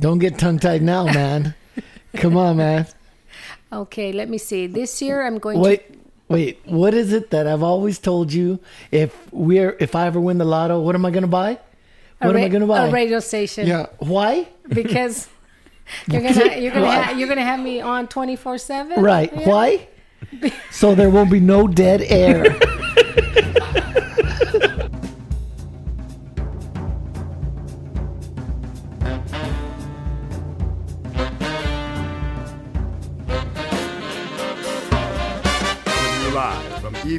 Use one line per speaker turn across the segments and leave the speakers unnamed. Don't get tongue tied now, man. Come on, man.
Okay, let me see. This year I'm going
Wait, wait. What is it that I've always told you? If we're, if I ever win the lotto, what am I gonna buy?
to
What am I gonna buy?
a radio station.
Yeah. Why?
Because you're gonna you're gonna ha- you're gonna have me on twenty four seven.
Right. Why? so there won't be no dead air.
Coming live from E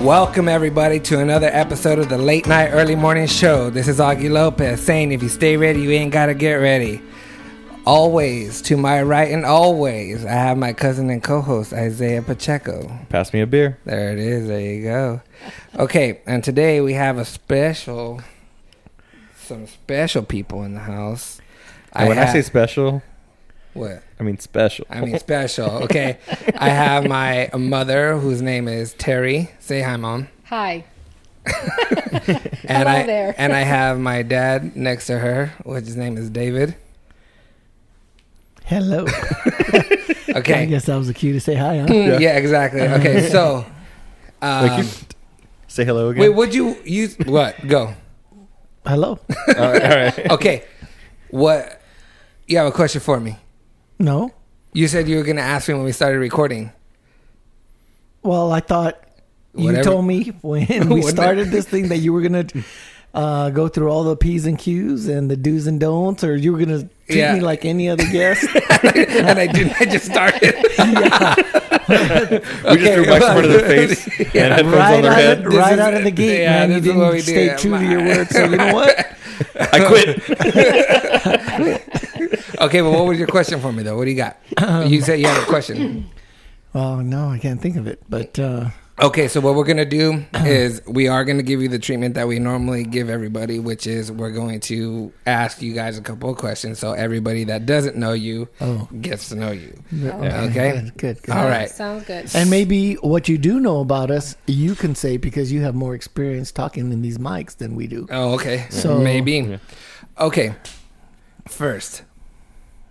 Welcome, everybody, to another episode of the Late Night Early Morning Show. This is Augie Lopez saying, if you stay ready, you ain't got to get ready. Always, to my right and always, I have my cousin and co host, Isaiah Pacheco.
Pass me a beer.
There it is. There you go. Okay, and today we have a special, some special people in the house.
And when I
ha-
say special,
what?
I mean special.
I mean special. Okay, I have my mother, whose name is Terry. Say hi, mom.
Hi.
and
Hello
I
there.
and I have my dad next to her, which his name is David.
Hello. I
Okay,
guess that was a cue to say hi, huh?
yeah. exactly. Okay, so um,
Like you, say hello again.
wait, would you use what? Go.
Hello.
all right, all right.
Okay, what? You have a question for me.
No.
You said you were going to ask me when we started recording.
Well, I thought you
Whatever.
told me when we
Whatever.
started this thing that you were gonna uh, go through all the p's and q's and the do's and don'ts, or you were gonna treat
Yeah.
me like any other guest.
and I didn't. I just started.
We just threw Mike's front of their face and headphones on
right
their
out,
head.
of, right
is-
out of the gate,
yeah,
man.
this
You
is what we
didn't
do.
stay
Yeah,
true to
my-
your word, so you know what?
I quit.
Okay, but what was your question for me though? What do you got? you said you had a question.
Well, Oh, no, I can't think of it, but uh,
Okay, so what we're gonna do is we are gonna give you the treatment that we normally give everybody, which is we're going to ask you guys a couple of questions so everybody that doesn't know you
Oh.
gets to know you.
okay,
Okay.
good, good, good.
All right.
Sounds good.
And maybe what you do know about us, you can say because you have more experience talking in these mics than we do.
Oh, okay.
So-
So maybe. Okay. First,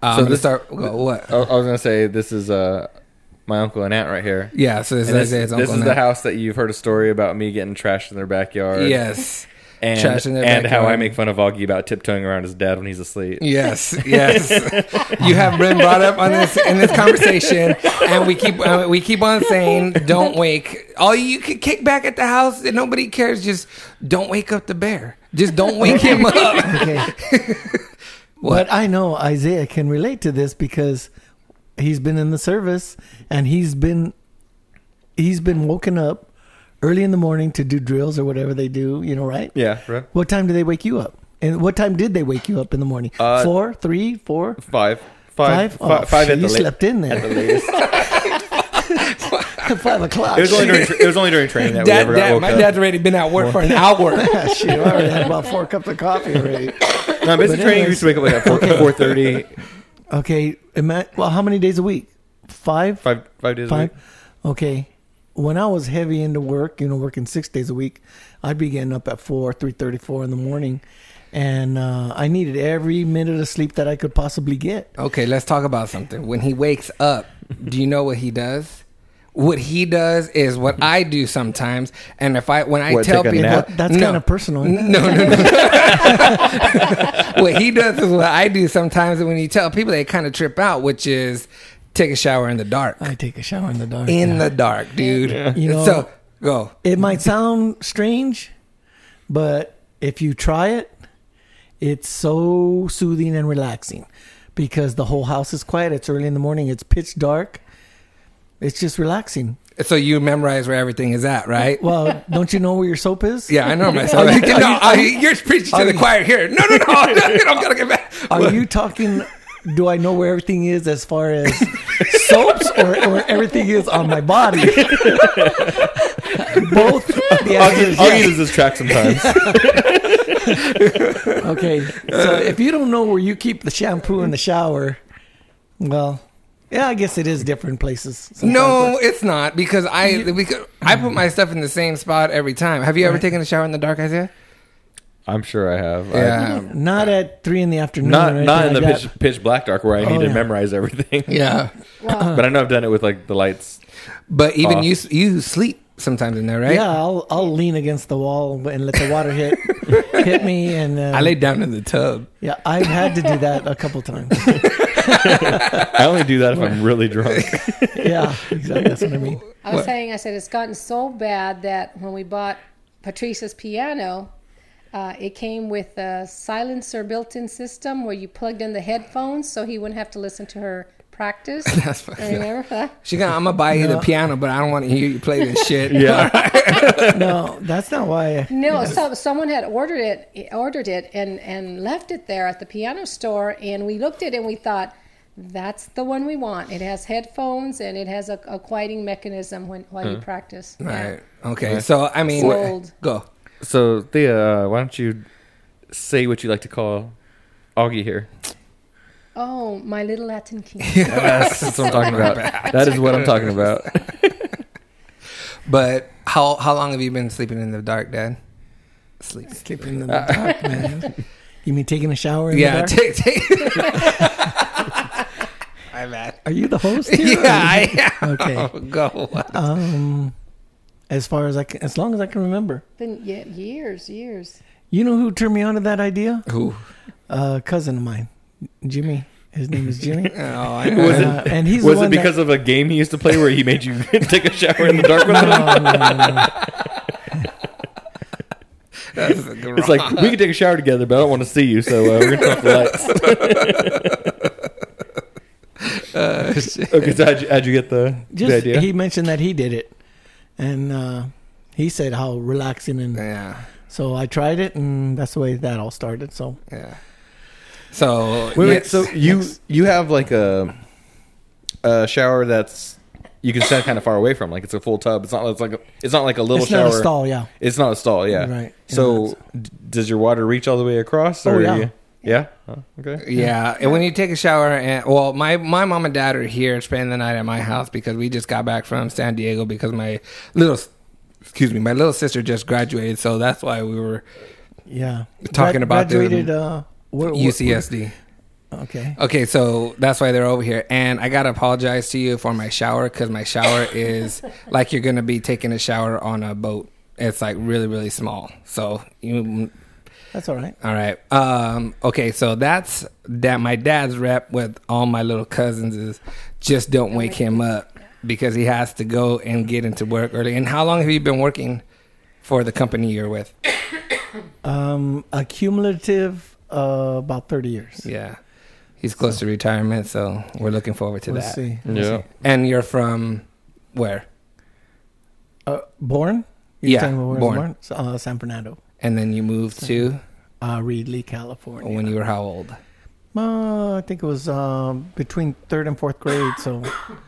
uh,
So
I'm gonna
this- Uh,
start. go, what?
I, I was gonna say this is uh, my uncle and aunt right here.
Yeah. So this,
And this,
is Isaiah's
this
uncle.
is
now.
the house that you've heard a story about me getting trashed in their backyard.
Yes.
and,
Trashed in their
and how I
backyard.
make fun of Augie about tiptoeing around his dad when he's asleep.
Yes, yes. you have been brought up on this in this conversation, and we keep uh, we keep on saying, "Don't wake." All you can kick back at the house, and nobody cares. Just don't wake up the bear. Just don't wake him up.
Okay.
What?
But I know Isaiah can relate to this because he's been in the service and he's been he's been woken up early in the morning to do drills or whatever they do, you know, right?
Yeah, bro.
What time do they wake you up? And what time did they wake you up in the morning?
Uh,
Four, three, four,
Five.
five?
Five.
Oh,
Fi- five
phew,
at
you
the la-
slept in
at the
there.
latest.
five o'clock.
It was only during tra- it was only during training that we
Dad,
ever got
dad,
woke
my
up.
dad's already been at work for an hour.
Yeah, shit, I already had about four cups of coffee already.
No,
But
basic training. We used to wake up like at four four thirty.
Okay, ima- well, how many days a week? Five?
Five five days.
Five.
A week.
Okay. When I was heavy into work, you know, working six days a week, I'd be getting up at four, three thirty, four in the morning, and uh, I needed every minute of sleep that I could possibly get.
Okay, let's talk about something. When he wakes up, do you know what he does? What he does is what I do sometimes, and if I when I
What,
tell
take a
people
nap?
That's kinda personal.
N- No, no, no. what he does is what I do sometimes, and when you tell people, they kind of trip out, which is take a shower in the dark.
I take a shower in the dark.
In the dark, dude.
Oh You know-
so go.
it might sound strange, but if you try it, it's so soothing and relaxing because the whole house is quiet. It's early in the morning. It's pitch dark. It's just relaxing.
So you memorize where everything is at, right?
Well, don't you know where your soap is?
Yeah, I know myself. Like, no, I, you're preaching to
are
the
you-
choir here. No, no, no. I'm not- I'm gonna get back.
Are you talking? Do I know where everything is as far as soaps or where everything is on my body? Both. The answer is
I'll
yes.
use this track sometimes.
Okay. So if you don't know where you keep the shampoo in the shower, well, yeah, I guess it is different places. sometimes,
No, it's not because I because I put my stuff in the same spot every time. Have you ever taken a shower in the dark, Isaiah?
I'm sure I have. I-
Yeah,
but Not at three in the afternoon.
not
or
not in
anything
the
like
pitch, pitch black dark where I need to
Oh, yeah.
memorize everything.
yeah.
Well,
But I know I've done it with like the lights.
But even
Off.
you s- you sleep sometimes in there,
that.
right?
Yeah, I'll I'll lean against the wall and let the water hit hit me, and uh,
I lay down in the tub.
yeah, I've had to do that a couple times.
I only do that if I'm really drunk.
Yeah, exactly. That's what I mean.
I was
What?
saying, I said it's gotten so bad that when we bought Patrice's piano, uh, it came with a silencer built-in system where you plugged in the headphones so he wouldn't have to listen to her practice.
That's fine.
I remember that.
She gonna, I'm gonna buy you the
No.
piano, but I don't want to hear you play this shit.
Yeah.
No, that's not why. I,
No, so someone had ordered it, ordered it, and and left it there at the piano store, and we looked at it and we thought, that's the one we want. It has headphones and it has a, a quieting mechanism when while you practice.
All
Yeah.
right. Okay. So I mean, eh,
Sold.
go.
so Thea, uh, why don't you say what you like to call Augie here?
Oh, my little Latin king.
Yes, that's what I'm talking about. That is what I'm talking about.
But how how long have you been sleeping in the dark, Dad? Sleep.
Sleeping in the dark, man. You mean taking a shower? In
Yeah.
yeah. The dark?
Take, take. I bad.
Are you the host?
Yeah,
Here?
I am.
Okay.
Go. Oh,
Um, as far as I can, as long as I can remember.
Been yeah, years, years.
You know who turned me on to that idea?
Who?
A cousin of mine, Jimmy. His name is Jimmy.
Oh, I know.
Was
Uh,
it
and he's the
was
one
it because of a game he used to play where he made you take a shower in the dark with him?
that, Oh, no, no, no.
That's a
It's like we can take a shower together, but I don't want to see you, so uh, we're gonna turn off the lights.
uh, shit.
Okay, so how'd you, how'd you get the,
Oh, Just
the idea?
he mentioned that he did it, and uh, he said how relaxing and
Yeah.
so I tried it, and that's the way that all started. So
Yeah. So
Wait, wait.
yes.
So you you have like a a shower that's you can stand kind of far away from, like it's a full tub. It's not. It's like a, it's not like a little
it's
shower.
not a stall, yeah.
It's not a stall. Yeah.
Right.
So d- does your water reach all the way across? Or
Oh, yeah.
You, yeah. Oh, okay.
Yeah, and when you take a shower, and well, my my mom and dad are here spending the night at my house because we just got back from San Diego because my little, excuse me, my little sister just graduated, so that's why we were
Yeah,
Talking about the-
graduated. Uh, where, where-
UCSD.
Okay.
Okay, so that's why they're over here, and I gotta apologize to you for my shower because my shower is like you're gonna be taking a shower on a boat. It's like really really small, so you
That's all right.
All right. Um, okay, so that's that. My dad's rep with all my little cousins is just don't wake him up because he has to go and get into work early. And how long have you been working for the company you're with?
Um, a cumulative uh, about 30 years.
Yeah, he's close to retirement, so we're looking forward to
Let's
that.
see.
Yeah.
And you're from where?
Uh, born? You're
Yeah,
talking about where I was
born.
So, Uh, San Fernando,
And then you moved to
uh, Reedley, California.
when you were how old?
Uh, I think it was um, between third and fourth grade. So,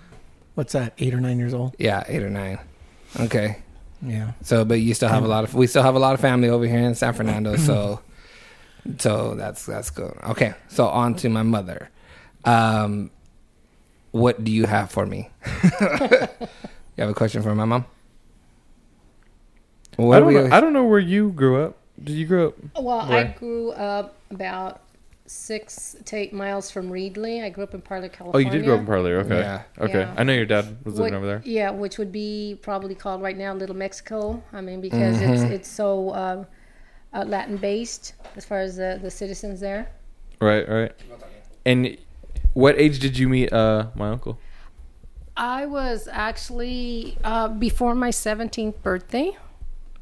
what's that? Eight or nine years old?
Yeah, eight or nine. Okay.
Yeah.
So, but you still have a lot of we still have a lot of family over here in San Fernando. So, so that's that's good. Okay, so on to my mother. Um, what do you have for me? you have a question for my mom? What
I
are
don't.
we-
Know, I don't know where you grew up. Did you grow up?
Well, I
Where?
grew up about six to eight miles from Reedley. I grew up in Parlor,
Oh,
California.
you did grow up in Parlor. Okay.
Yeah.
Okay.
Yeah.
I know your dad was living
What-
over there.
Yeah, which would be probably called right now Little Mexico. I mean, because it's
Mm-hmm.
it's so uh, uh, Latin based as far as the, the citizens there.
Right. Right. And what age did you meet uh, my uncle?
I was actually uh, before my 17th birthday.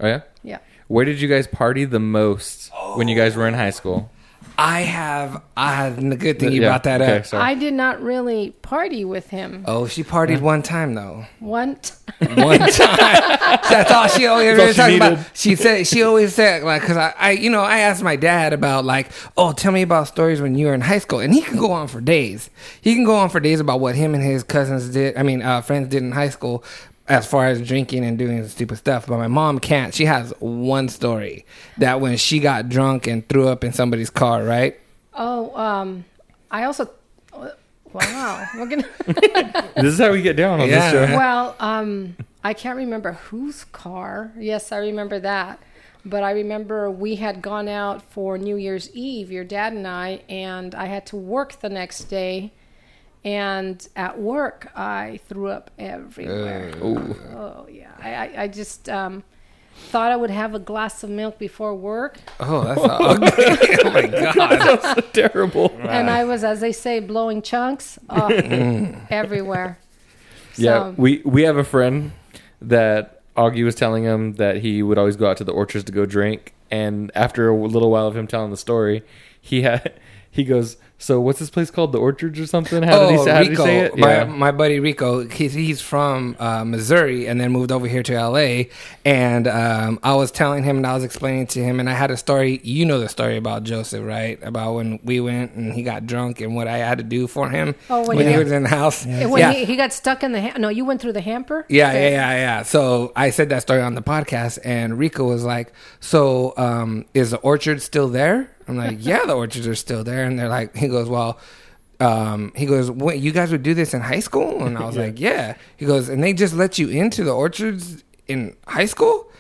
Oh yeah.
Yeah.
Where did you guys party the most when you guys were in high school?
I have. I have. The good thing you
Yeah,
brought that
okay,
up.
sorry.
I did not really party with him.
Oh, she partied one time though.
One t-
One time. That's all she always
all
really
she
talked
needed.
about. She said she always said like because I, I you know I asked my dad about like oh tell me about stories when you were in high school and he can go on for days. He can go on for days about what him and his cousins did. I mean uh, friends did in high school. As far as drinking and doing stupid stuff, but my mom can't. She has one story that when she got drunk and threw up in somebody's car, right?
oh, um, I also. uh, Wow. We're gonna,
This is how we get down on
Yeah.
this show.
well, um, I can't remember whose car. Yes, I remember that. But I remember we had gone out for New Year's Eve, your dad and I, and I had to work the next day. And at work, I threw up everywhere. oh, yeah. I, I, I just um, thought I would have a glass of milk before work.
Oh, that's ugly. oh my god!
Terrible.
Ah.
and I was, as they say, blowing chunks oh,
Mm.
everywhere.
Yeah,
So-
we we have a friend that Augie was telling him that he would always go out to the orchards to go drink, and after a little while of him telling the story, he had he goes, "So what's this place called? The orchards or something? How did he
Oh,
say, how did he
Rico.
say it?
My,
Yeah.
my buddy Rico, he's, he's from uh, Missouri and then moved over here to LA. And um, I was telling him and I was explaining to him, and I had a story. You know the story about Joseph, right? About when we went and he got drunk and what I had to do for him
Oh, when
when,
you-
he was in the house. Yeah.
When He, he got stuck in the ha- no, you went through the hamper.
Yeah, yeah, yeah, yeah. So I said that story on the podcast, and Rico was like, "So um, is the orchard still there?" I'm like, "Yeah, the orchards are still there." And they're like, "He goes, well." Um, he goes, Wait, you guys would do this in high school? And I was like, yeah. He goes, and they just let you into the orchards in high school?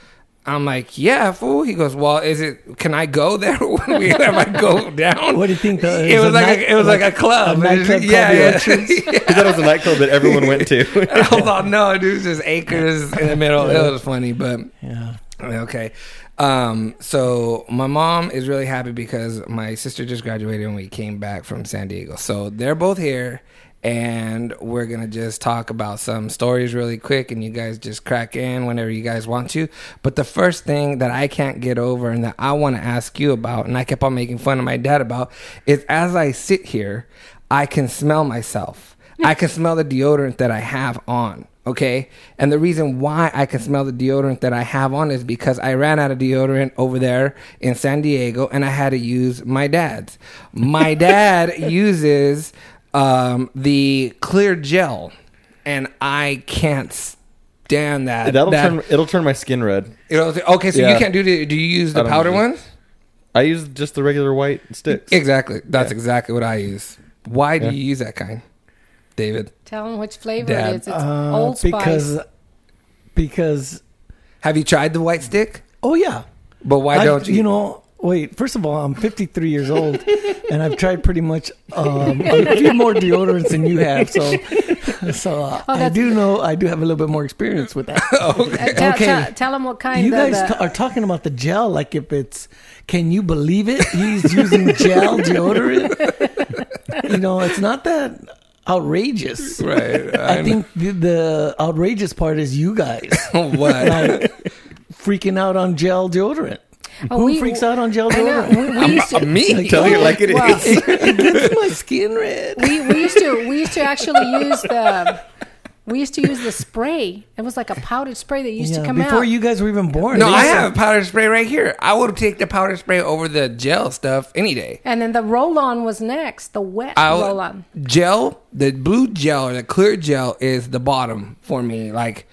I'm like, yeah, fool. He goes, well, is it, can I go there when we, if I go down?
What do you think, though?
It,
Is
was
a
like,
night-
a, it was like,
like
a club.
a nightclub
yeah,
called the
yeah.
Orchards?
he thought it was a nightclub that everyone went to.
I thought, no, dude, it's just acres in the middle. It was funny, but
Yeah.
okay. Um, so my mom is really happy because my sister just graduated and we came back from San Diego. So they're both here, and we're gonna just talk about some stories really quick, and you guys just crack in whenever you guys want to. But the first thing that I can't get over and that I want to ask you about, and I kept on making fun of my dad about, is as I sit here, I can smell myself. I can smell the deodorant that I have on. Okay. And the reason why I can smell the deodorant that I have on is because I ran out of deodorant over there in San Diego and I had to use my dad's. My dad uses um, the clear gel and I can't stand that.
That'll
that,
turn it'll turn my skin red.
you know, okay. So you
Yeah.
can't do the, do you use
I
the
don't
powder
use-
one?
I use just the regular white sticks.
Exactly. That's exactly what I use. Why do
Yeah.
you use that kind, David?
Tell them which flavor
Dad.
it is. It's
Uh,
Old Spice.
because because
Have you tried the white stick?
oh yeah,
But why
I-
don't you?
know, wait. First of all, I'm 53 years old, and I've tried pretty much um, a few more deodorants than you have. So, so uh, I
Oh, that's-
do know I do have a little bit more experience with that.
Uh, tell,
Okay.
tell, tell them what kind. uh,
You
the,
guys
the-
t- are talking about the gel like if it's. Can you believe it? He's using gel deodorant. you know, it's not that outrageous.
right.
I
I'm-
think the, the outrageous part is you guys
what?
like freaking out on gel deodorant.
oh,
Who
we-
freaks out on gel
I know.
deodorant?
We, we used to.
Me?
Tell you like it is.
Wow.
it gets my skin red.
we, we used to we used to actually use the we used to use the spray. It was like a powdered spray that used to come
before
out.
you guys were even born.
No,
They
I
used to-
have powder spray right here. I would take the powder spray over the gel stuff any day.
and then the roll on was next. The wet
I
roll
would,
on.
gel, the blue gel or the clear gel is the bottom for me. Like,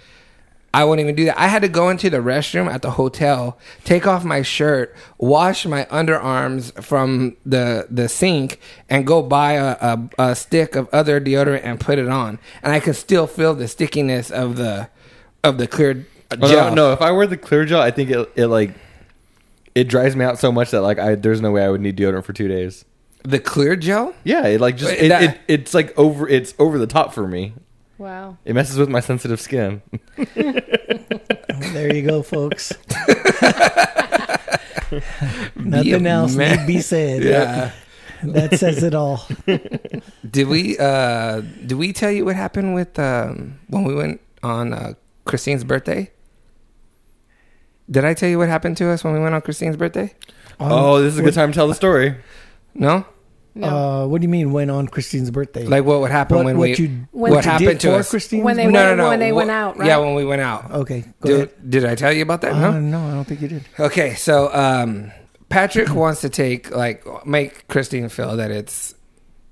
I wouldn't even do that. I had to go into the restroom at the hotel, take off my shirt, wash my underarms from the the sink, and go buy a, a, a stick of other deodorant and put it on. And I can still feel the stickiness of the of the clear
Well,
gel.
No, uh, no, if I wear the clear gel, I think it, it like it dries me out so much that like I there's no way I would need deodorant for two days.
the clear gel.
Yeah, it like just
Wait,
it,
that-
it, it's like over it's over the top for me.
Wow.
It messes with my sensitive skin.
There you go, folks. Nothing
Yeah,
else
man.
need be said.
Uh,
Yeah.
That says it all.
Did we uh did we tell you what happened with um when we went on uh, Christine's birthday? Did I tell you what happened to us when we went on Christine's birthday? Oh,
oh, this is a good time to tell the story.
No,
No.
Uh, what do you mean went on Christine's birthday?
like what would happen
what,
when
what
we
you
what,
you
did
happened to
for
us?
Christine's
When they-
birthday?
went- when they
What-
went out, right?
Yeah, when we went out.
okay, Oh, go ahead.
Did, did I tell you about that?
Uh,
no.
no, I don't think you did.
Okay, so um, Patrick wants to take like make Christine feel that it's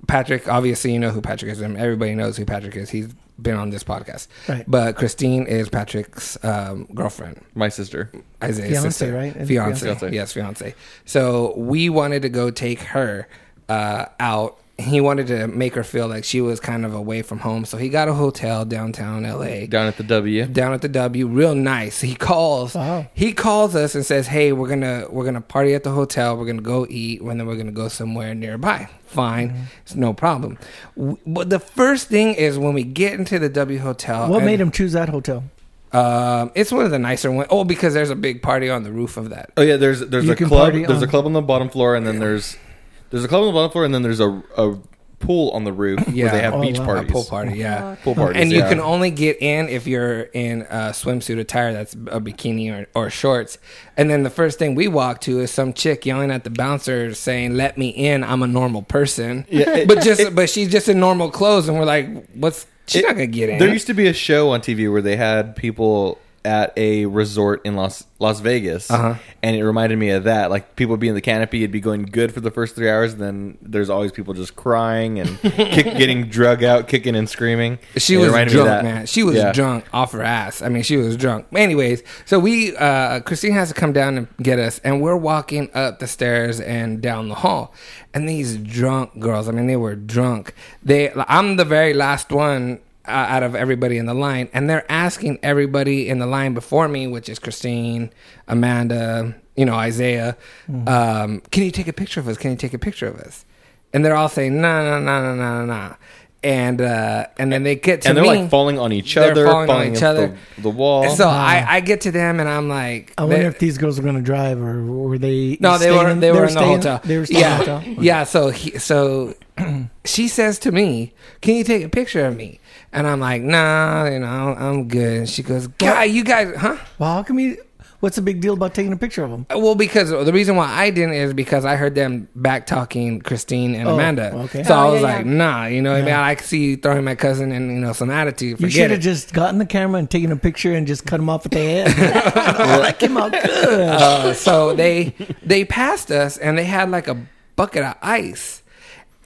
Patrick. Obviously, you know who Patrick is. and Everybody knows who Patrick is. He's been on this podcast.
Right.
But Christine is Patrick's um, girlfriend.
My sister.
Isaiah's
Fiancé,
sister,
right? And
Fiance.
fiancé.
yes, fiance. So we wanted to go take her uh, out. He wanted to make her feel like she was kind of away from home, so he got a hotel downtown LA,
Down at the W.
down at the W, real nice. He calls,
Wow.
he calls us and says, "Hey, we're gonna we're gonna party at the hotel. We're gonna go eat, and then we're gonna go somewhere nearby. Fine,
Mm-hmm.
it's no problem." W- But the first thing is when we get into the W hotel,
What
Oh, and-
made him choose that hotel?
um, it's one of the nicer ones. Oh, because there's a big party on the roof of that.
Oh yeah, there's there's
You
a
can
club.
party
There's a
on-
club on the bottom floor, and then there's there's a club on the bottom floor, and then there's a a pool on the roof
Yeah.
where they have
Oh,
beach
wow. A
parties.
A pool party, yeah.
Pool parties,
and you
yeah.
can only get in if you're in a swimsuit attire that's a bikini or, or shorts. And then the first thing we walk to is some chick yelling at the bouncer saying, "Let me in! I'm a normal person."
Yeah, it-
but just but she's just in normal clothes, and we're like, "What's she's
It-
not gonna get in?"
There used to be a show on TV where they had people at a resort in Las Las Vegas,
Uh-huh.
and it reminded me of that. Like people would be in the canopy, it'd be going good for the first three hours, and then there's always people just crying and kick, getting drug out, kicking and screaming.
She
It
was
reminded me of
drunk,
that.
man. She was
Yeah.
drunk off her ass. I mean, she was drunk. Anyways, so we uh Christine has to come down and get us, and we're walking up the stairs and down the hall, and these drunk girls. I mean, they were drunk. They. I'm the very last one. Uh, out of everybody in the line, and they're asking everybody in the line before me, which is Christine, Amanda, you know Isaiah,
Mm.
um, can you take a picture of us? Can you take a picture of us? And they're all saying, no, no, no, no, no, no, no. And uh, and then they get to
And they're
me,
like falling on each
They're
other,
falling on
falling,
each
off
other.
The, the wall.
And so I, I get to them and I'm like,
I wonder
they-
if these girls were going to drive or were they?
no, they
staying
were they were in the
staying-
hotel.
They were staying
yeah,
in the hotel.
yeah. So he, so she says to me, "Can you take a picture of me?" And I'm like, "Nah, you know, I'm good." And she goes, "God, you guys, huh?"
Well, how come you? What's the big deal about taking a picture of them?
Well, because the reason why I didn't is because I heard them back talking Christine and
Oh,
Amanda.
okay.
So
Oh,
I was
yeah,
like,
yeah.
"Nah," you know. what I mean,
Yeah.
I could see you throwing my cousin and you know some attitude.
You
Forget
should
it.
have just gotten the camera and taken a picture and just cut them off with the head. that came out good.
Uh, so they they passed us and they had like a bucket of ice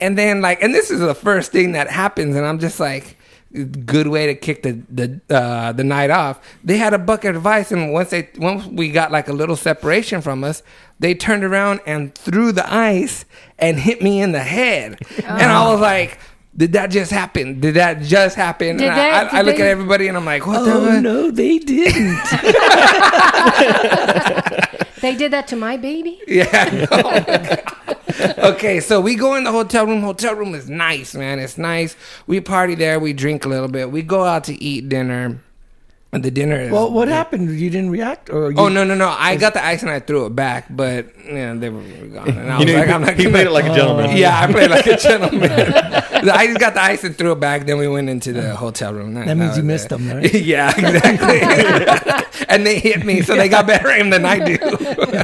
and then like and this is the first thing that happens and i'm just like good way to kick the the uh, the night off they had a bucket of ice and once they once we got like a little separation from us they turned around and threw the ice and hit me in the head and i
Oh.
was like did that just happen? Did that just happen?
Did
and I,
that-
I, I
did
look
they-
at everybody and I'm like, what the?
Oh
fuck?
no, they didn't.
they did that to my baby.
Yeah. Oh, my God. okay, so we go in the hotel room. Hotel room is nice, man. It's nice. We party there. We drink a little bit. We go out to eat dinner. And the dinner is.
Well, what happened? You didn't react, or you,
oh no no no! I got the ice and I threw it back, but yeah, they were gone. And I was
you know,
like,
he,
I'm not
he
gonna- Oh,
played it like a gentleman.
yeah, I played like a gentleman. I just got the ice and threw it back. Then we went into the hotel room.
That means you missed them, right?
yeah, exactly. and they hit me, so they got better aim than I do.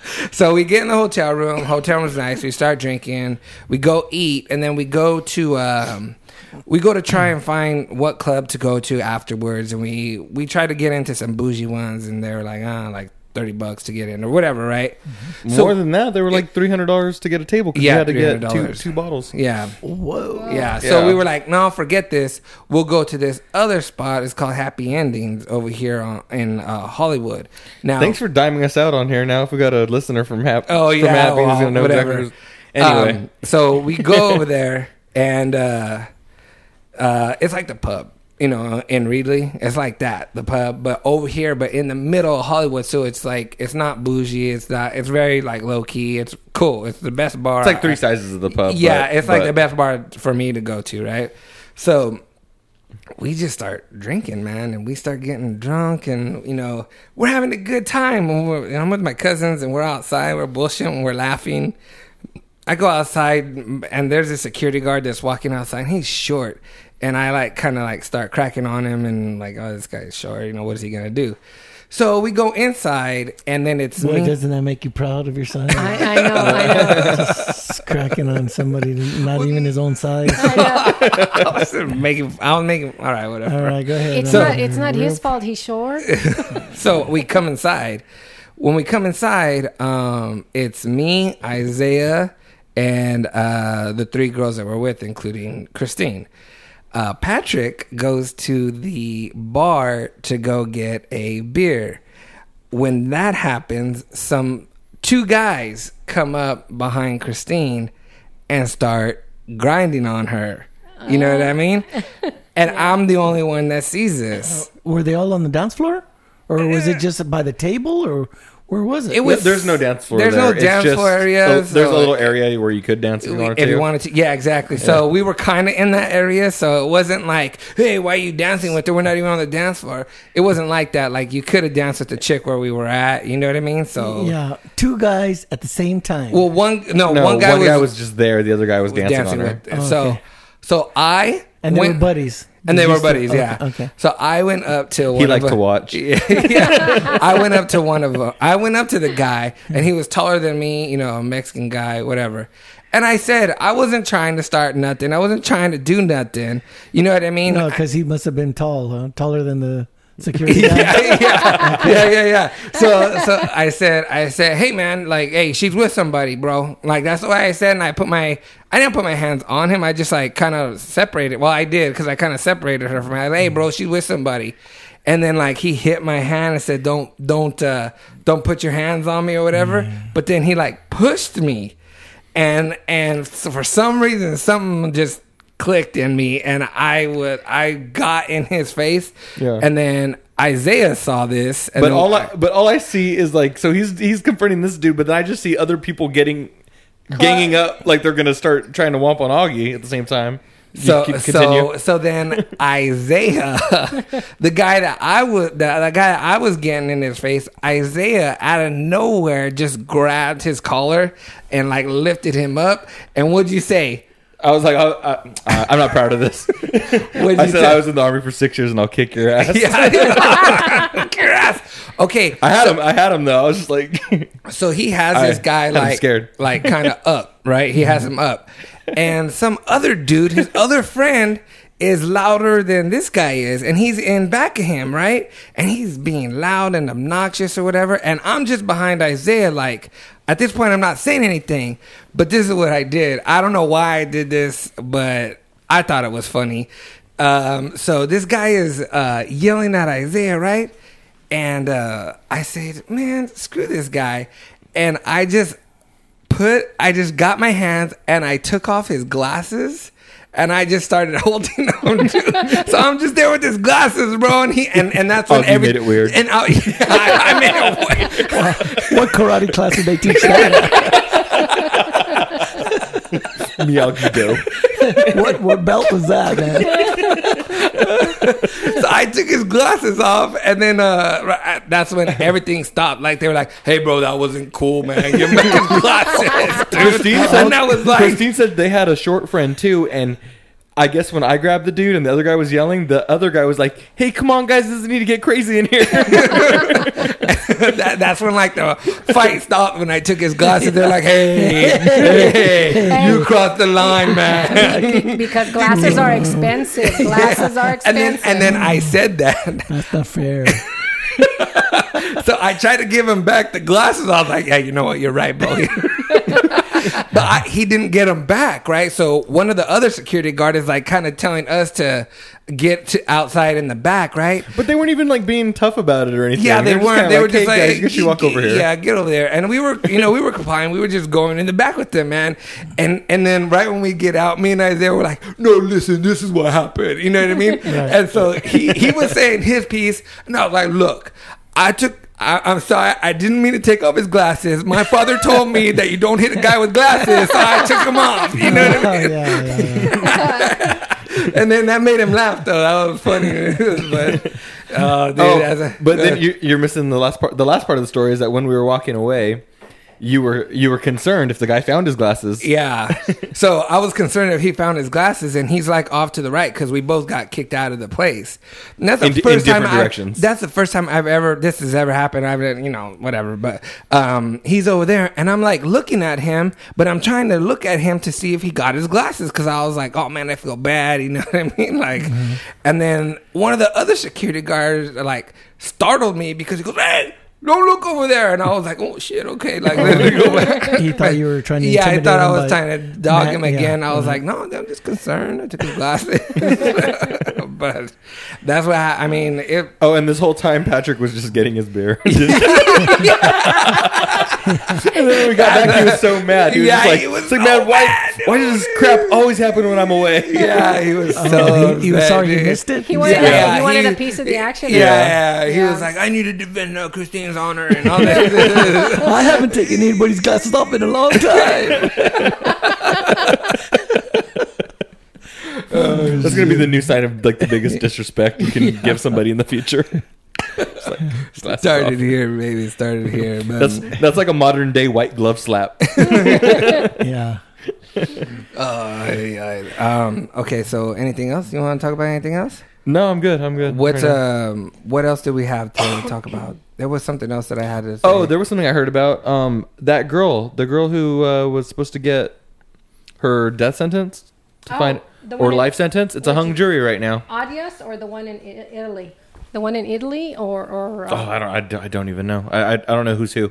so we get in the hotel room. Hotel room's nice. We start drinking. We go eat, and then we go to. Um, we go to try and find what club to go to afterwards, and we we try to get into some bougie ones, and they were like, ah, like thirty bucks to get in or whatever, right?
Mm-hmm. More than that, they were like three hundred dollars to get a table because
Yeah,
you had to get two,
$300.
two bottles.
yeah,
Whoa.
Yeah. So
Yeah.
we were like, no, forget this. We'll go to this other spot. It's called Happy Endings over here on, in uh, Hollywood. Now,
Thanks for diming us out on here. Now, if we got a listener from Hap,
Oh
from
yeah,
Happy, who's
well,
gonna know
whatever.
exactly who's- Anyway,
Um, so we go over there, and uh, uh, it's like the pub, you know, in Reedley. It's like that, the pub, but over here, but in the middle of Hollywood. So it's like it's not bougie. It's not. It's very like low key. It's cool. It's the best bar.
it's like three sizes of the pub.
Yeah,
but-
it's like
but-
the best bar for me to go to, right? So we just start drinking, man, and we start getting drunk, and you know we're having a good time. And, we're, and I'm with my cousins, and we're outside, we're bullshitting, we're laughing. I go outside, and there's a security guard that's walking outside. And he's short, and I like kind of like start cracking on him, and like, oh, this guy's short. You know, what is he gonna do? So we go inside, and then it's
Boy,
me.
doesn't that make you proud of your son?
I, I know, I know.
Just cracking on somebody not even his own size.
I know.
I wasn't making. I was making. All right, whatever.
All right, go ahead.
It's
Uh,
not. It's not his fault. He's short.
So we come inside. When we come inside, um, it's me, Isaiah, and uh, the three girls that we're with, including Christine. Uh, Patrick goes to the bar to go get a beer. When that happens, some two guys come up behind Christine and start grinding on her. You know what I mean? And I'm the only one that sees this.
Were they all on the dance floor, or was it just by the table, or where was it?
It was-
there's no dance floor.
There's
there.
no
It's
dance
just
floor area,
a- there's
so-
a little area where you could dance if you wanted
if
to.
you wanted to yeah exactly so we were kind of in that area so it wasn't like hey why are you dancing with her we're not even on the dance floor it wasn't like that like you could have danced with the chick where we were at you know what i mean so
yeah, two guys at the same time.
well one no,
no,
one guy was,
just there. The other guy was, dancing, on her.
with so
Oh, okay.
so i
and they
went-
were buddies.
and they
Did
were
you still-
buddies,
okay,
yeah.
Okay.
So I went up to one
liked
of,
to watch.
Yeah, yeah. I went up to one of them. I went up to the guy, and he was taller than me. You know, a Mexican guy, whatever. And I said I wasn't trying to start nothing. I wasn't trying to do nothing. You know what I mean?
No, because he must have been tall, huh? Taller than the security guy.
yeah, yeah, yeah, yeah, yeah. So, so I said, I said, hey man, like, hey, she's with somebody, bro. Like that's what I said, and I put my, I didn't put my hands on him. I just like kind of separated. Well, I did because I kind of separated her from. I was like, hey, bro, she's with somebody. And then like he hit my hand and said, don't, don't, uh, don't put your hands on me or whatever. But then he like pushed me, and and so for some reason something just clicked in me and I would I got in his face
Yeah.
and then Isaiah saw this and
But
then-
all I, but all I see is like so he's he's confronting this dude, but then I just see other people getting ganging up like they're gonna start trying to womp on Augie at the same time. You
so
keep-
so so then Isaiah the guy that I was the, the guy that I was getting in his face Isaiah out of nowhere just grabbed his collar and like lifted him up and what'd you say
I was like, I, I, I, I'm not proud of this.
what'd
I
you
said
say?
I was in the army for six years, and I'll kick your ass.
yeah, Kick your ass. okay
I had him. I had him though. I was just like,
So he has
I-
this guy
I'm
like
scared.
like kind of up, right? He has him up, and some other dude, his other friend, is louder than this guy is, and he's in back of him, right? And he's being loud and obnoxious or whatever, and I'm just behind Isaiah. Like at this point, I'm not saying anything, but this is what I did. I don't know why I did this, but I thought it was funny. Um, so this guy is uh, yelling at Isaiah, right? And uh, I said, man, screw this guy. And I just put, I just got my hands and I took off his glasses and I just started holding them. to- so I'm just there with his glasses, bro. And he, and, and that's when
Oh, you
every-
made it weird.
And I, I, I made it weird.
what karate class did they teach that?
Miyagi Do.
what what belt was that, man?
So I took his glasses off, and then uh, right- that's when everything stopped. Like they were like, "Hey, bro, that wasn't cool, man. Give me his glasses, dude."
Christine said,
and I was like,
Christine said they had a short friend too, and I guess when I grabbed the dude and the other guy was yelling, the other guy was like, "Hey, come on, guys, this doesn't need to get crazy in here."
that, that's when like the fight stopped when I took his glasses. They're like, hey, hey, you crossed the line, man.
because glasses are expensive. Glasses are expensive.
And then and then I said that.
That's not fair.
So I tried to give him back the glasses. I was like, yeah, you know what? You're right, bro. but I, he didn't get them back, right? So one of the other security guard is like kind of telling us to get to outside in the back, right?
but they weren't even like being tough about it or anything.
Yeah, they
They're just
weren't.
kinda
They were just
"Hey,
like,
guys, you should walk over here."
Yeah, get over there. And we were, you know, we were complying. We were just going in the back with them, man. And and then right when we get out, me and Isaiah were like, no, listen, this is what happened. You know what I mean? And so he he was saying his piece, and I was like, look, I took. I, I'm sorry, I didn't mean to take off his glasses. My father told me that you don't hit a guy with glasses, so I took them off. You know what
Oh,
I mean?
yeah, yeah, yeah.
And then that made him laugh, though. That was funny. but, oh, dude,
Oh,
that's a- uh,
but then you, you're missing the last part. The last part of the story is that when we were walking away, you were you were concerned if the guy found his glasses.
Yeah. so I was concerned if he found his glasses, and he's like off to the right because we both got kicked out of the place. And that's the
In di- in
first time.
different
I-
directions.
that's the first time I've ever this has ever happened. I've been, you know whatever, but um, he's over there, and I'm like looking at him, but I'm trying to look at him to see if he got his glasses because I was like, oh man, I feel bad. You know what I mean? Like,
Mm-hmm.
and then one of the other security guards like startled me because he goes, hey. Don't look over there, and I was like, "Oh shit, okay." Like, let me go back.
He thought you were trying to
Yeah, I
intimidate
thought I
him
was
by-
trying to dog
Matt,
him
yeah. Mm-hmm.
again. I was like, no, I'm just concerned. I took his glasses, but that's what I, I mean. It,
Oh, and this whole time Patrick was just getting his beer. and then we got back, he was so mad. He was
Yeah,
just like,
he was
it's like,
so
man, why,
mad.
why does this crap always happen when I'm away?
yeah, he was so.
Oh, he, he was
upset,
sorry you
dude.
missed it.
He wanted,
Yeah.
a- he wanted a piece of the action.
Yeah, yeah, he
Yeah.
was like, I need to defend uh, Christine's honor and all that.
I haven't taken anybody's glasses off in a long time.
That's gonna be the new sign of like the biggest disrespect you can give somebody in the future. It's like, slaps it
started
off.
here, baby. Started here. But,
That's that's like a modern day white glove slap.
yeah.
uh, yeah, um, okay, so anything else? You want to talk about anything else?
No, I'm good. I'm good.
What's
Right now.
um what else did we have to talk about? There was something else that I had to say.
Oh, there was something I heard about. Um, that girl, the girl who uh, was supposed to get her death sentence to
Oh,
find
the one
or
in-
life sentence. It's a hung jury right now.
Adios or the one in I- Italy? The one in Italy or or uh,
Oh, I don't. I don't, I don't even know. I, I I don't know who's who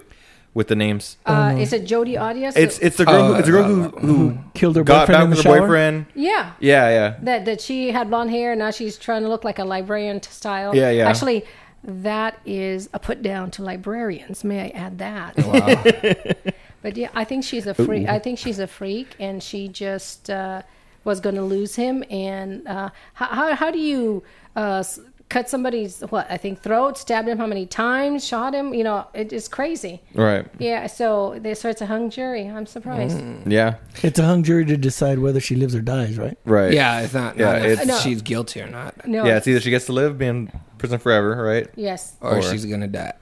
with the names.
uh, is it Jody Adios?
It's it's the girl. who,
Oh,
it's the girl who who
Killed her
got
boyfriend
back
in the
with her
shower.
boyfriend.
yeah.
Yeah, yeah.
That that she had blonde hair and now she's trying to look like a librarian t- style.
Yeah, yeah.
Actually, that is a put down to librarians. May I add that?
Oh,
but yeah, I think she's a freak. I think she's a freak, and she just uh, was going to lose him. And uh, how, how how do you uh, s- cut somebody's what? I think throat, stabbed him how many times, shot him. You know, it, it's crazy.
Right.
Yeah, so they so it's a hung jury. I'm surprised.
Yeah.
It's a hung jury to decide whether she lives or dies, right?
Right.
yeah, it's not.
Yeah,
not if
it's-
No.
she's guilty or not,
No.
Yeah, it's e either she gets to live, be in prison forever, right?
yes.
or,
Or-
she's gonna die.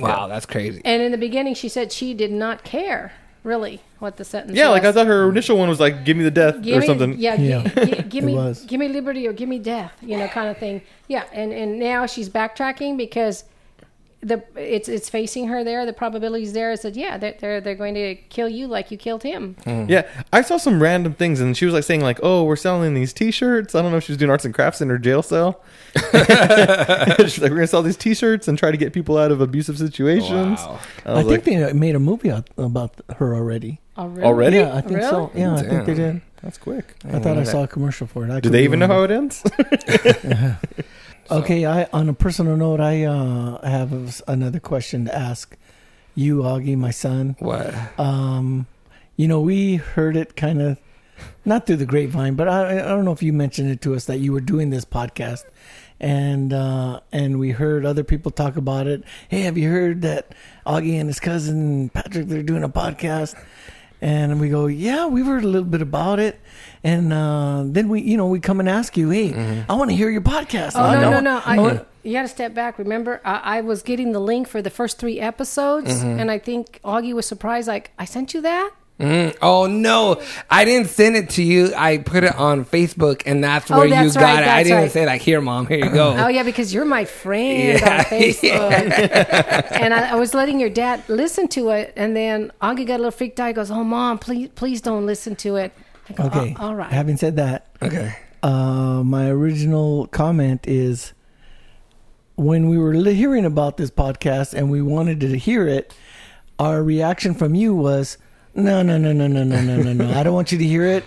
Wow, that's crazy.
And in the beginning, she said she did not care really what the sentence.
Yeah, like I
was.
thought her initial one was like, give me the death
Give
or
me,
something.
Yeah, gi-
Yeah,
gi- give
it
me,
was.
give me liberty or give me death, you know, kind of thing. Yeah, and and now she's backtracking because the it's it's facing her there. The probabilities there is that yeah, they're they're, they're going to kill you like you killed him.
Yeah, I saw some random things, and she was like saying like, "Oh, we're selling these T-shirts." I don't know if she was doing arts and crafts in her jail cell. She's like, "We're gonna sell these T-shirts and try to get people out of abusive situations."
Wow.
I
I,
was
think
like,
they made a movie out- about her already.
Oh, really?
Already?
Yeah, I think so.
Really?
Yeah, I think they
Damn.
did.
"That's quick."
I thought I saw a commercial for it. I
Do
could
they
be
even know
wrong.
how it ends?
Okay, I on a personal note, I uh, have a s- another question to ask you, Augie, my son.
What?
Um, you know, we heard it kind of not through the grapevine, but I, I don't know if you mentioned it to us that you were doing this podcast, and uh, and we heard other people talk about it. Hey, have you heard that Augie and his cousin Patrick they're doing a podcast? And we go, yeah, we've heard a little bit about it, and uh, then we, you know, we come and ask you, hey, I want to hear your podcast.
Mm-hmm. Oh
I
no no
want-
no! I,
want-
you got to step back. Remember, I, I was getting the link for the first three episodes,
Mm-hmm.
and I think Augie was surprised. Like, I sent you that.
Mm, oh no, I didn't send it to you. I put it on Facebook, and that's
Oh,
where
that's
you
right,
got it. I
that's
didn't
right.
say like, "Here, mom, here you go."
Oh yeah, because you're my friend on
Yeah,
Facebook, and I, I was letting your dad listen to it, and then Augie got a little freaked out. He goes, "Oh, mom, please, please don't listen to it." I go,
okay,
"Oh, all right.
Having said that,
Okay.
Uh, my original comment is when we were li- hearing about this podcast and we wanted to hear it, our reaction from you was, no, no, no, no, no, no, no, no, no. I don't want you to hear it.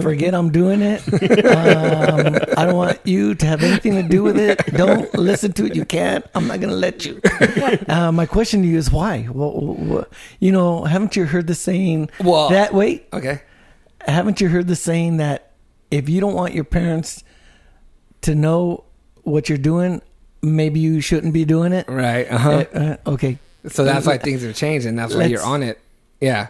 Forget I'm doing it. Um, I don't want you to have anything to do with it. Don't listen to it. You can't. I'm not going to let you. Uh, my question to you is why? What, what, you know, haven't you heard the saying
Well-
that? Wait,
Okay.
haven't you heard the saying that if you don't want your parents to know what you're doing, maybe you shouldn't be doing it?
Right. Uh-huh.
Uh, okay.
So that's why things are changing. That's why
Let's-
you're on it. Yeah.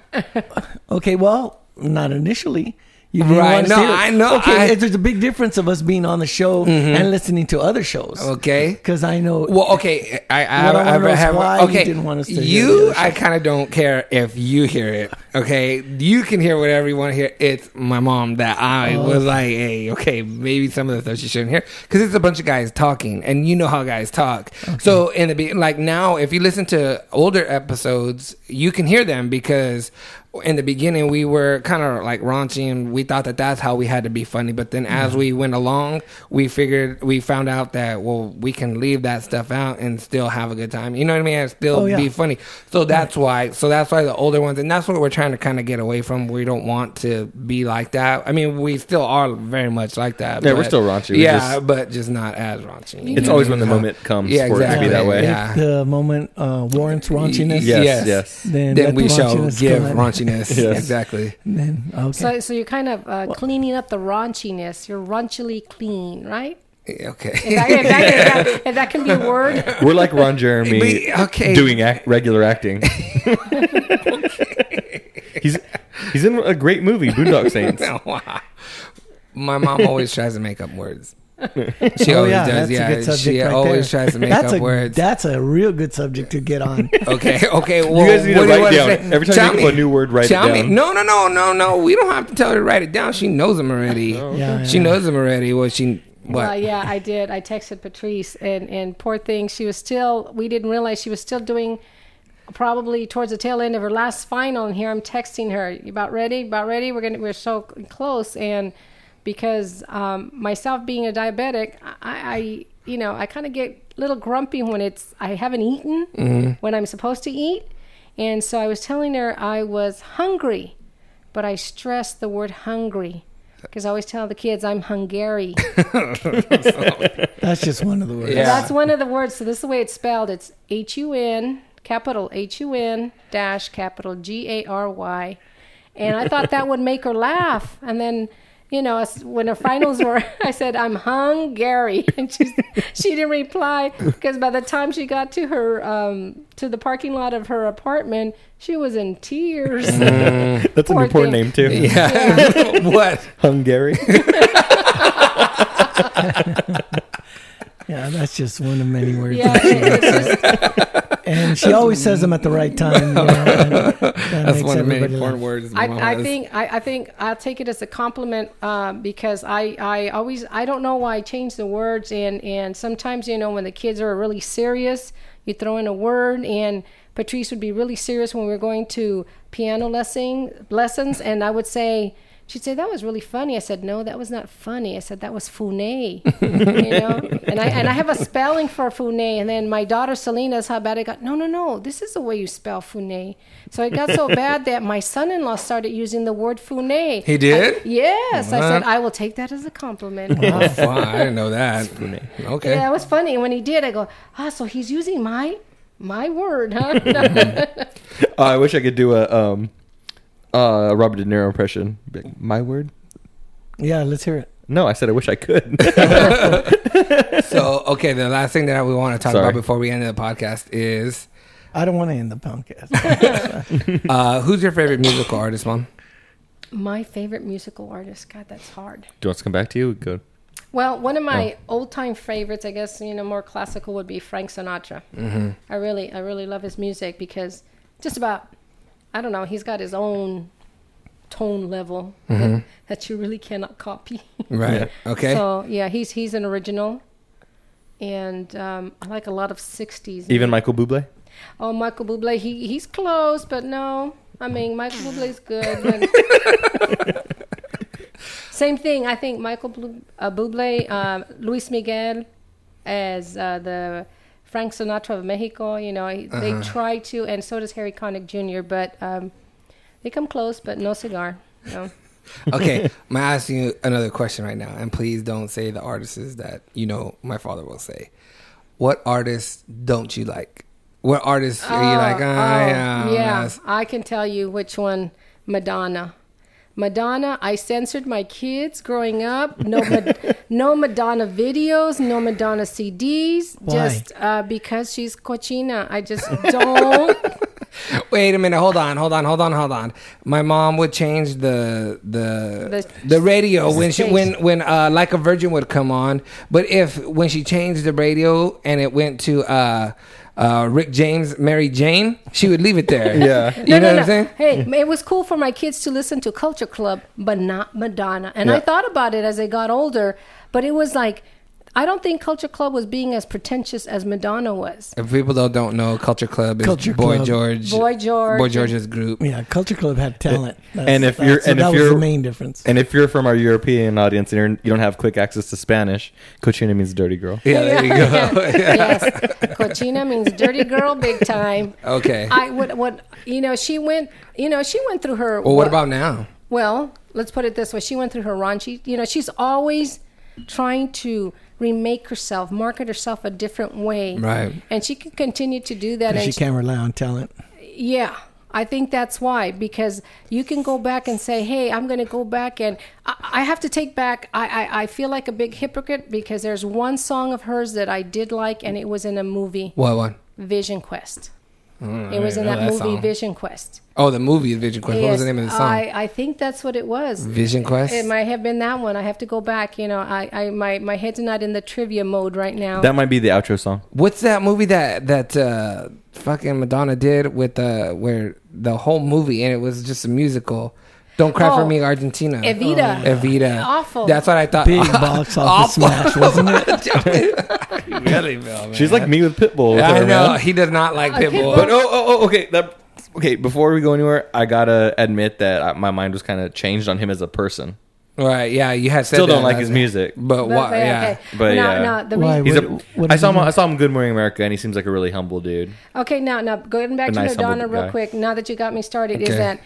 Okay, well, not initially. You didn't
Right,
want to
no,
see it.
I know,
Okay,
I- Mm-hmm.
it- there's a big difference of us being on the show and listening to other shows.
Okay.
because I know.
Well, okay. I, I,
What I
I,
wonder
I
is
have
why you
okay.
didn't want us to hear the
You,
other
I kind of don't care if you hear it. Okay, you can hear whatever you want to hear. It's my mom that
Oh.
I was like, hey, okay, maybe some of the stuff you shouldn't hear because it's a bunch of guys talking, and you know how guys talk. So in the be- like now, if you listen to older episodes, you can hear them because. In the beginning, we were kind of like raunchy, and we thought that that's how we had to be funny. But then, as we went along, we figured we found out that well, we can leave that stuff out and still have a good time. You know what I mean? And still
Oh, yeah.
be funny. So that's why. So that's why the older ones, and that's what we're trying to kind of get away from. We don't want to be like that. I mean, we still are very much like that.
Yeah, we're still raunchy. We
yeah,
just-
but just not as raunchy. You
It's
know
always
what
when
I
the
mean?
moment comes
Yeah,
for it to
exactly.
be that way.
Yeah.
If the moment uh, warrants raunchiness,
Yes,
Yes.
yes.
Then
Then,
let
we
the
shall
raunchiness
give
come in.
raunchiness.
Yes.
Exactly.
then okay.
So, so you're kind of uh, cleaning up the raunchiness. You're raunchily clean, right? If
Okay.
that, if that- if that- if that can be a word,
We're like Ron Jeremy
But, okay.
doing act, regular acting. he's he's in a great movie, Boondock Saints.
Wow. My mom always tries to make up words. She
Oh
always
yeah,
does.
that's
yeah,
a good subject
she
right
always
there.
tries to make
that's
up
a,
words.
That's a real good subject to get on.
Okay, okay. Well,
You guys need to
what do
write
wanna
down.
say?
Every time you
Tell
think
me.
of a new word, write it
Tell me.
down.
No, no, no, no, no. We don't have to tell her to write it down. She knows them already.
Oh,
Yeah,
she
yeah.
knows them already. Well, she what?
well, yeah, I did. I texted Patrice, and and poor thing, she was still. We didn't realize she was still doing. Probably towards the tail end of her last final, and here I'm texting her. You about ready? About ready? We're gonna. We're so c- close, and because um, myself being a diabetic, I, I you know I kind of get a little grumpy when it's I haven't eaten when I'm supposed to eat, and so I was telling her I was hungry, but I stressed the word hungry because I always tell the kids I'm Hungary.
That's just one of the words.
Yeah.
That's one of the words. So this is the way it's spelled. It's H U N capital H U N dash capital G A R Y, and I thought that would make her laugh. And then, you know, as- when her finals were, I said I'm Hungary, and she she didn't reply because by the time she got to her um, to the parking lot of her apartment, she was in tears.
That's an
Poor thing.
important name too.
Yeah. what?
Hungary.
Yeah, that's just one of many words.
yeah, it- it's just,
And she always says them at the right time. You know, and that
That's
makes
one of many
everybody
important
laugh.
words. my mom
I, I
has.
think I, I think I'll take it as a compliment um, because I, I always I don't know why I change the words and and sometimes you know when the kids are really serious you throw in a word and Patrice would be really serious when we were going to piano lesson lessons and I would say she'd say that was really funny I said no that was not funny I said that was funny you know and I and I have a spelling for fune and then my daughter Selena is how bad it got no no no this is the way you spell fune so it got so bad that my son-in-law started using the word fune
He did?
I- yes I said
What?
I will take that as a compliment
Oh, wow, I didn't know that. Okay.
yeah it was funny and when he did I go ah so he's using my my word huh
Uh, I wish I could do a um, uh, Robert De Niro impression. Be like, My word?
Yeah, let's hear it.
No, I said I wish I could.
So, okay, the last thing that we want to talk
Sorry.
about before we end the podcast is
I don't want to end the podcast.
uh, who's your favorite musical artist, mom?
my favorite musical artist God that's hard
Do you want us to come back to you? Good.
Well, one of my old-time favorites, I guess you know, more classical would be Frank Sinatra. Mm-hmm. I really, I really love his music because just about, I don't know, he's got his own tone level that, that you really cannot copy.
Right. Okay.
So yeah, he's he's an original, and um, I like a lot of '60s.
Even Michael Bublé?
oh, Michael Bublé, he he's close, but no, I mean Michael Bublé's good. But Same thing. I think Michael Blu- uh, Bublé, um, Luis Miguel, as uh, the Frank Sinatra of Mexico. You know, he- they try to, and so does Harry Connick Jr. But um, they come close, but no cigar. No.
okay, I'm asking you another question right now, and please don't say the artists that you know my father will say. What artists don't you like? What artists are you like? Ah,
Oh,
yeah,
yeah.
yes."
I can tell you which one. Madonna. Madonna. I censored my kids growing up. No, Ma- no Madonna videos. No Madonna CDs.
Why?
Just uh, because she's cochina. I just don't.
Wait a minute. Hold on. Hold on. Hold on. Hold on. My mom would change the the
The-
the, radio when she
station.
when when uh, like a virgin would come on. But if when she changed the radio and it went to uh, uh, Rick James, Mary Jane, she would leave it there.
Yeah.
you know what I'm saying.
Hey, it was cool for my kids to listen to Culture Club, but not Madonna. And I
Yeah.
thought about it as they got older, but it was like, I don't think Culture Club was being as pretentious as Madonna was.
If people don't don't know, Culture Club is
Culture
Boy
Club.
George,
Boy George.
Boy George's group.
Yeah, Culture Club had talent. That's,
and if you're-
that's- so
and
that
if
was
you're-
the main difference.
And if you're from our European audience and you're, you don't have quick access to Spanish, cochina means dirty girl.
Yeah, there you go.
yes, cochina means dirty girl, big time.
Okay.
I would, what you know, she went, you know, she went through her.
well, what about now?
Well, let's put it this way: she went through her raunchy. You know, she's always trying to remake herself, market herself a different way,
Right.
And she can continue to do that.
she
And
can't rely on talent.
yeah, I think that's why because you can go back and say, "Hey, I'm going to go back and I, I have to take back." I, I I feel like a big hypocrite because there's one song of hers that I did like, and it was in a movie,
What one?
Vision Quest. it was in
know
that,
that
movie,
song.
Vision Quest.
Oh, the movie is Vision Quest. what was the
Yes,
name of the song?
I, I think that's what it was.
Vision Quest.
It might have been that one. I have to go back. You know, I, I my, my head's not in the trivia mode right now.
That might be the outro song.
What's that movie that that uh, fucking Madonna did with uh, where the whole movie and it was just a musical? Don't cry for
Oh.
me, Argentina. Oh,
Evita.
Evita.
Awful.
That's what I thought.
Big box office smash, wasn't it?
really, Bill, man.
She's like me with Pitbull. with
I
her,
know
man.
he does not like Pitbull.
But oh, oh, oh, okay. That okay. Before we go anywhere, I gotta admit that I, my mind was kind of changed on him as a person.
right? Yeah, you had said
Still
that
don't like
last
his
night.
music.
But
But,
why?
okay,
yeah.
okay. no,
But, yeah.
no, the
Why
re-
He's a.
What- what
I
is
saw
his
him.
name?
I saw him in Good Morning America, and he seems like a really humble dude.
Okay, now, now, going back
A
to
nice,
Madonna
humble
real
guy.
quick. Now that you got me started,
Okay.
is that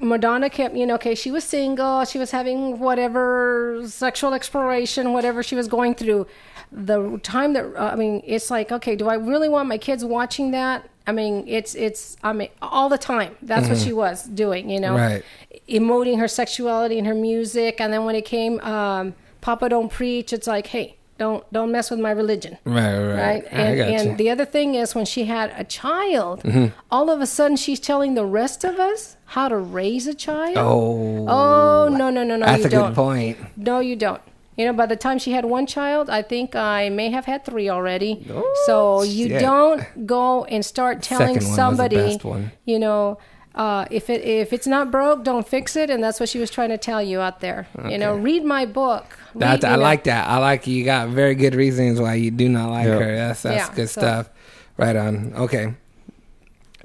Madonna kept, you know, okay, she was single, she was having whatever sexual exploration, whatever she was going through. The time that uh, I mean, it's like, okay, do I really want my kids watching that? I mean, it's it's I mean, all the time. That's what she was doing, you know,
Mm-hmm. Right.
emoting her sexuality in her music, and then when it came, um, Papa don't preach. It's like, hey, don't don't mess with my religion
Right, right,
right?
I
And,
got
and
you.
the other thing is when she had a child,
Mm-hmm.
all of a sudden she's telling the rest of us how to raise a child.
oh,
Oh, no, no, no, no,
that's
you
a
don't.
good point.
No, you don't. You know, by the time she had one child, I think I may have had three already. so you
Oh, shit.
don't go and start telling
Second one was the
somebody,
best one.
you know, uh, if it if it's not broke, don't fix it, and that's what she was trying to tell you out there. You know, read my book.
That,
Read,
I
you know.
like that. I like you got very good reasons why you do not like
Yeah.
her. That's that's
Yeah,
good
so-
stuff. Right on. Okay.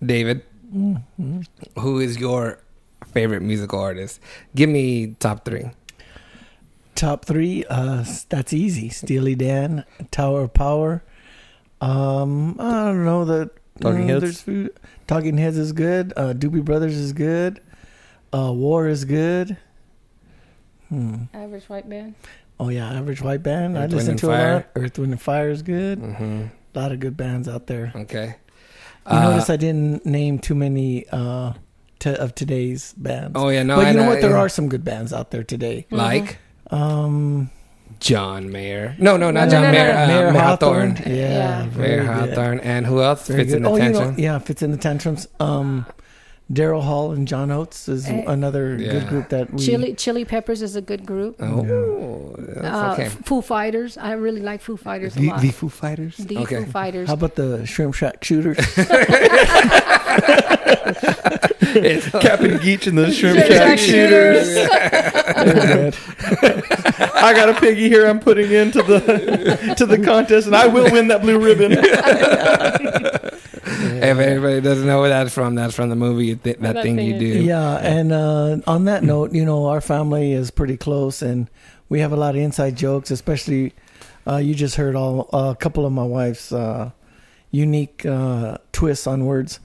David,
Mm-hmm.
who is your favorite musical artist? Give me top three.
Top three, uh, s- that's easy. Steely Dan, Tower of Power. Um, I don't know the
Talking
mm,
Heads?
there's few- Talking Heads is good. Uh, Doobie Brothers is good. Uh, War is good. Hmm.
average white man.
Oh yeah, Average White Band. I
Earth, Wind,
listen
and
to a
Fire.
lot. Earth, Wind, and Fire is good. A lot of good bands out there.
Okay.
You
Uh,
notice I didn't name too many uh, to, of today's bands.
Oh, yeah, no,
but
I
you know
know,
what? There
yeah.
are Mm-hmm. some good bands out there today.
Like
Um,
John Mayer. No, no, not
No,
John
no, no,
Mayer.
no.
Uh, Mayer Hawthorne.
Yeah,
Yeah.
very
Mayer
good.
Hawthorne. And who else
Very
fits
good.
in the
oh,
tension?
You know, yeah, fits in the tantrums. Um, Daryl Hall and John Oates is
Eh.
another
Yeah.
good group that we.
Chili Chili Peppers is a good group.
Oh,
Uh,
that's okay.
Foo Fighters. I really like Foo Fighters a lot.
the
The,
Foo Fighters? okay.
Foo Fighters.
How about the Shrimp Shack Shooters?
Captain Geach and the Shrimp
Shrimp
Shack
Shack Shooters.
Shooters. I got a piggy here. I'm putting into the to the contest, and I will win that blue ribbon.
If anybody doesn't know where that's from, that's from the movie Th- That,
That
Thing
Thing
You
You
Do.
yeah, and uh, on that note, you know, our family is pretty close, and we have a lot of inside jokes. Especially, uh, you just heard all uh, a couple of my wife's uh, unique uh, twists on words,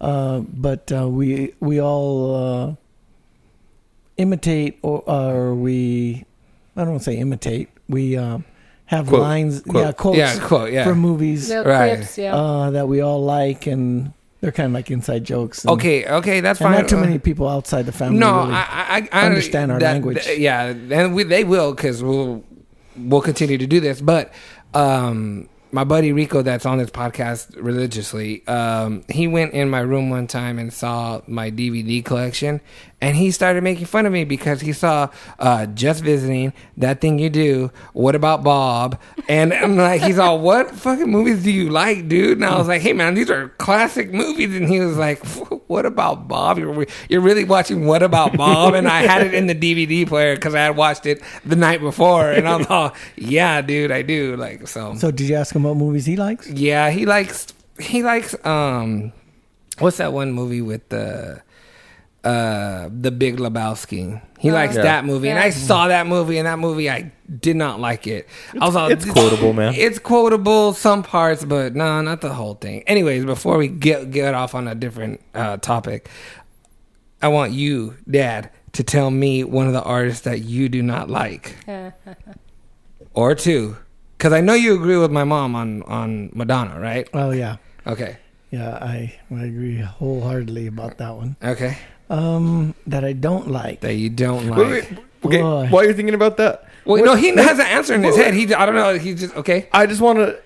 uh, but uh, we we all uh, imitate or, or we I don't want to say imitate. We um, have
Quote.
lines,
Quote.
yeah, quotes
Yeah, quote, yeah.
from movies
Little
Right.
Clips, yeah.
uh, that we all like, and they're kind of like inside jokes. and-
Okay, okay, that's
and
fine.
not too
Uh,
many people outside the family.
No,
really.
I, I, I
understand our language.
th- yeah, and we, they will because we'll we'll continue to do this. But um, my buddy Rico that's on this podcast religiously, um, he went in my room one time and saw my DVD collection, and he started making fun of me because he saw uh, just visiting that thing you do. What about Bob? And I'm like, he's all, what fucking movies do you like, dude? And I was like, hey man, these are classic movies. And he was like, what about Bob? You're, re- you're really watching What About Bob? And I had it in the DVD player because I had watched it the night before, and I was all, yeah, dude, I do. Like
So did you ask him what movies he likes?
yeah, he likes he likes um what's that one movie with the uh the Big Lebowski. He likes
Uh, yeah.
that movie. And I
Yeah.
saw that movie and that movie I did not like it. I was all
it's quotable, man.
It's quotable some parts, but no, not the whole thing. Anyways, before we get get off on a different uh topic, I want you, Dad, to tell me one of the artists that you do not like or two. Because I know you agree with my mom on, on Madonna, right?
Oh yeah,
Okay.
yeah. I I agree wholeheartedly about that one.
Okay.
Um, that I don't like.
That you don't like.
Wait, wait, okay,
Why?
while you're thinking about that,
Well,
what-
no, he has an answer in his head. He, I don't know. He just okay.
I just want to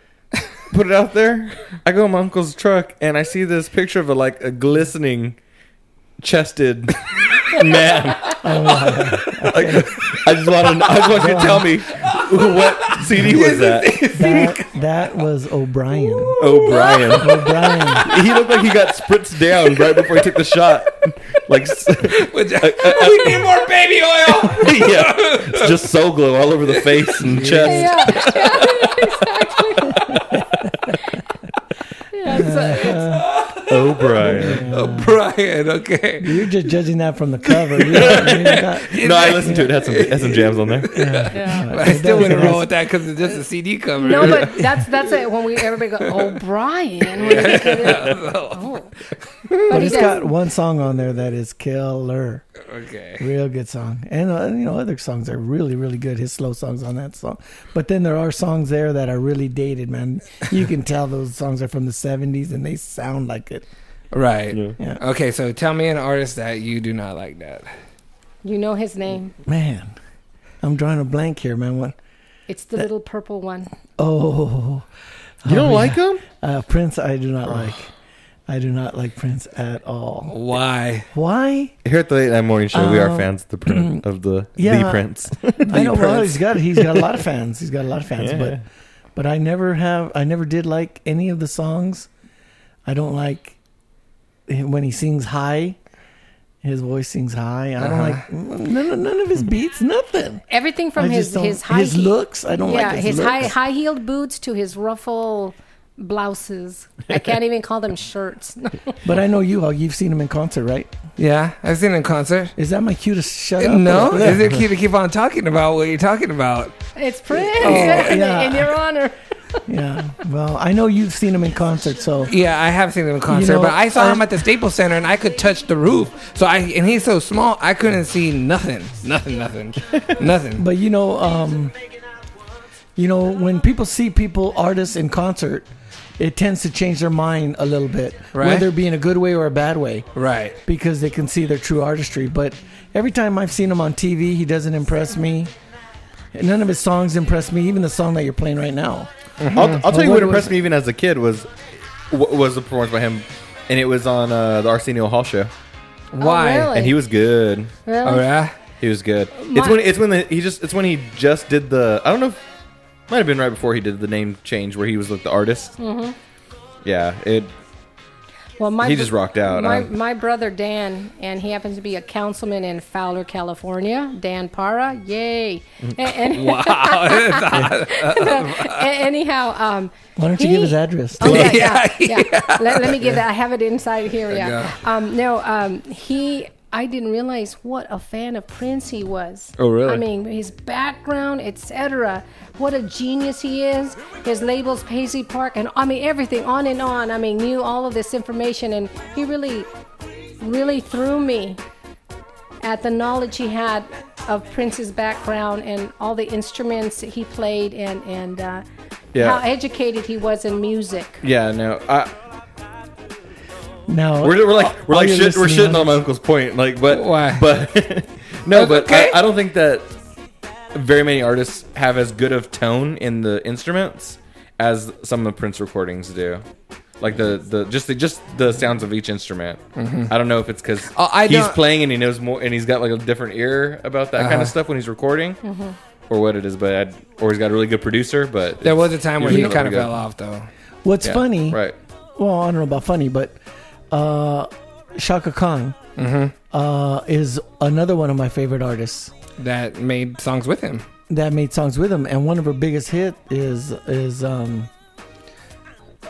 put it out there. I go in my uncle's truck and I see this picture of a, like a glistening chested man. like, I just want to. I just want you to tell me what CD was that.
That that was O'Brien.
O'Brien.
O'Brien.
He looked like he got spritzed down right before he took the shot. Like, s-
Which- we need more baby oil.
yeah, it's just so glow all over the face and chest.
Yeah, yeah, exactly. Yeah, so-
Oh, O'Brien.
Oh, Brian, okay.
You're just judging that from the cover. You don't- you're not-
No, I listened to it. it. Had some it had some jams on there.
yeah.
I still
does,
wouldn't
it
roll
has-
with that because it's just a CD cover.
No, but that's that's it. When we everybody go, oh Brian, when you get it, oh. but
But
he
it's
does.
got one song on there that is killer.
okay.
Real good song, and uh, you know other songs are really, really good. His slow songs on that song, but then there are songs there that are really dated, man. You can tell those songs are from the '70s, and they sound like it.
Right.
Yeah.
Okay. So tell me an artist that you do not like that.
You know his name.
Man, I'm drawing a blank here, man. What?
It's the little purple one.
Oh,
You don't like him?
uh, Prince, I do not like. I do not like Prince at all.
Why?
Why?
Here at the late night morning show, we are
Um,
fans of the print of the
yeah.
the prince.
I know. Well,
Prince.
he's got he's got a lot of fans. He's got a lot of fans,
Yeah.
but but I never have. I never did like any of the songs. I don't like him when he sings high. His voice sings high. I
Uh-huh.
don't like none, none of his beats. Nothing.
Everything
I
from
just
his
don't-
his high
his
heel-
looks. I don't
yeah,
like
his
his,
high
looks.
high heeled boots to his ruffle blouses. I can't even call them shirts.
But I know you. all. You've seen him in concert, right?
Yeah, I've seen him in concert.
Is that my cue to shut up?
Uh, No,
Yeah.
is it cute to keep on talking about what you're talking about?
it's Prince
Oh,
yeah.
in your honor.
Yeah. Well, I know you've seen him in concert, so
Yeah, I have seen him in concert,
know, um,
but I saw
I-
him at the Staples Center and I could touch the roof. So I and he's so small, I couldn't see nothing, nothing, nothing, nothing.
But you know, um, you know, when people see people artists in concert, it tends to change their mind a little bit,
Right.
whether it be in a good way or a bad way,
Right.
because they can see their true artistry. But every time I've seen him on TV, he doesn't impress me. None of his songs impress me. Even the song that you're playing right now.
I'll, I'll tell you
What was-
what impressed me even as a kid was wa- was the performance by him, and it was on uh, the Arsenio Hall show,
Oh,
Why?
Oh, really?
and he was good.
Really?
Oh yeah.
He was good.
My-
it's when it's when the, he just it's when he just did the I don't know. if Might have been right before he did the name change where he was like the artist. Mm-hmm. Yeah, it.
Well, my
He just rocked out.
My,
Um,
my brother Dan, and he happens to be a councilman in Fowler, California. Dan Para, yay!
Mm.
And, and, and anyhow, um,
Why don't you
he-
give his address?
Oh, yeah,
Yeah,
yeah, yeah. Let, let me give that. I have it inside here. Yeah.
Yeah.
Um, no, um, he. I didn't realize what a fan of Prince he was.
Oh, really?
I mean, his background, etc. What a genius he is. His labels, Paisley Park, and I mean everything on and on. I mean, knew all of this information, and he really, really threw me at the knowledge he had of Prince's background and all the instruments he played, and and uh,
Yeah.
how educated he was in music.
Yeah, no. I,
Now
We're, we're like we're
all
like
your
shit, we're
listening
shitting on my uncle's point, like but
Why?
But no, but
Okay.
I, I don't think that very many artists have as good of tone in the instruments as some of Prince recordings do. Like the, the just the just the sounds of each instrument. I don't know if it's because
Oh, Mm-hmm. I
he's
don't- Uh-huh.
playing and he knows more and he's got like a different ear about that kind of stuff when he's recording,
Mm-hmm.
or what it is. But I'd, or he's got a really good producer. But
There
it's
was a time where he
usually not
kind of
really
fell
good.
off, though.
What's
Yeah,
funny,
right?
well, I don't know about funny, but uh, Shaka Khan
Mm-hmm.
uh, is another one of my favorite artists
That made songs with him.
that made songs with him, and one of her biggest hit is is um,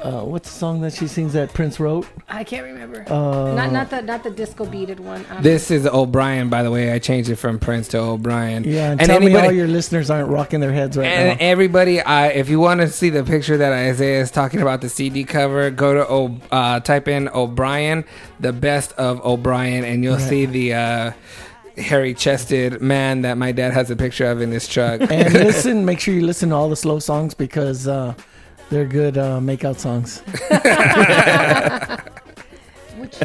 uh, what's the song that she sings that Prince wrote?
I can't remember.
Uh,
not not the not the disco beaded one. Um,
This is O'Brien, by the way. I changed it from Prince to O'Brien.
yeah, and, tell me all your listeners aren't rocking their heads right
And
now.
everybody, I, if you want to see the picture that Isaiah is talking about, the CD cover, go to o, uh, type in O'Brien, the best of O'Brien, and you'll see the uh, hairy chested man that my dad has a picture of in his truck.
And listen, make sure you listen to all the slow songs because uh, they're good uh, makeout songs.
which,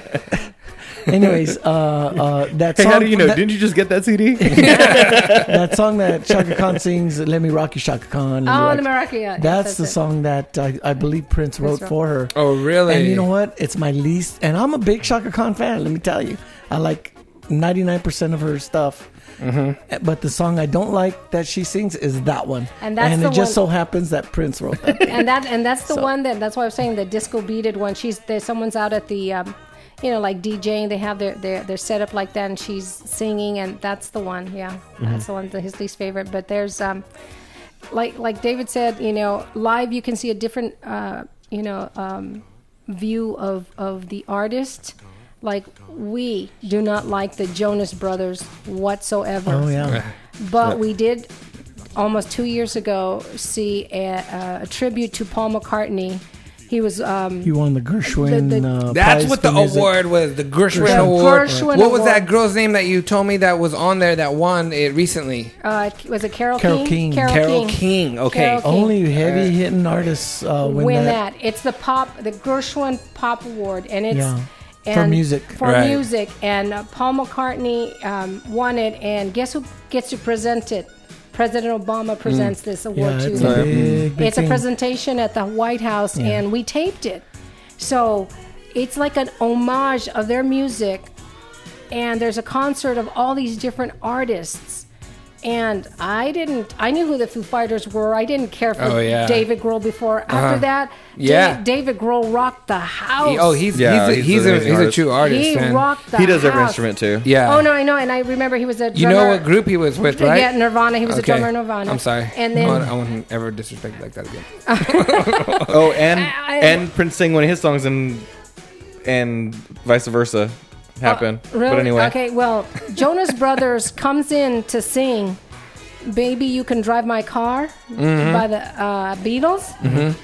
Anyways, uh, uh, that
Hey,
song.
how do you know?
that-
Didn't you just get that CD?
that song that Shaka Khan sings, "Let Me Rock You, Shaka Khan." Let Me
oh,
Rock
the
You.
maraca. yeah,
That's
yes,
the
it.
song that I, I believe Prince wrote
wrote-
for her.
oh, really?
And you know what? It's my least, and I'm a big Shaka Khan fan. Let me tell you, I like 99 percent of her stuff. Mm-hmm. But the song I don't like that she sings is that one.
And that's
and
the
it just so
one-
happens that Prince wrote that.
and that and that's the
So-
one that that's why I was saying the disco beaded one. She's there. Someone's out at the, um, you know, like DJing. They have their their their setup like that, and she's singing, and that's the one. Yeah, that's the one. That his least favorite. But there's um, like like David said, you know, live you can see a different uh, you know um, view of of the artist. Like we do not like the Jonas Brothers whatsoever.
oh yeah,
But we did almost two years ago see a, a tribute to Paul McCartney. He was um,
you won the Gershwin.
The- the-
uh,
That's
prize
what
for
the
music.
award was, the Gershwin
The
Award.
Gershwin
what was
Award.
that girl's name that you told me that was on there that won it recently?
uh, was it Carol,
Carole King.
King?
Carol King. Okay.
Carole King.
Only heavy hitting artists uh, win,
win,
that.
that. It's the pop, the Gershwin Pop Award, and it's
Yeah. For
and
music.
for
Right.
music. And uh, Paul McCartney um, won it, and guess who gets to present it? President Obama
Mm.
presents this award
Yeah,
to
it's
him.
a big, big
it's a
thing.
presentation at the White House, and we taped it. So it's like an homage of their music, and there's a concert of all these different artists. And I didn't. I knew who the Foo Fighters were. I didn't care for
Oh, yeah. Uh-huh.
David Grohl before. After that,
Yeah.
Da- David Grohl rocked the house.
He- oh, he's
Yeah,
he's a,
he's
he's,
an
a,
amazing
he's a
artist.
true artist.
he
man.
rocked the
he does every
house.
instrument too.
Yeah.
Oh no, I know, and I remember he was a drummer.
You know what group he was with, right?
Yeah, Nirvana. He was a drummer in Nirvana.
I'm sorry.
And then
I, won't- I won't ever disrespect like that again.
Oh, and
I- I-
and Prince sang one of his songs and and vice versa happen.
Uh, Oh, Really?
But anyway,
Okay, well, Jonas Brothers comes in to sing Baby You Can Drive My Car
Mm-hmm.
by the uh, Beatles.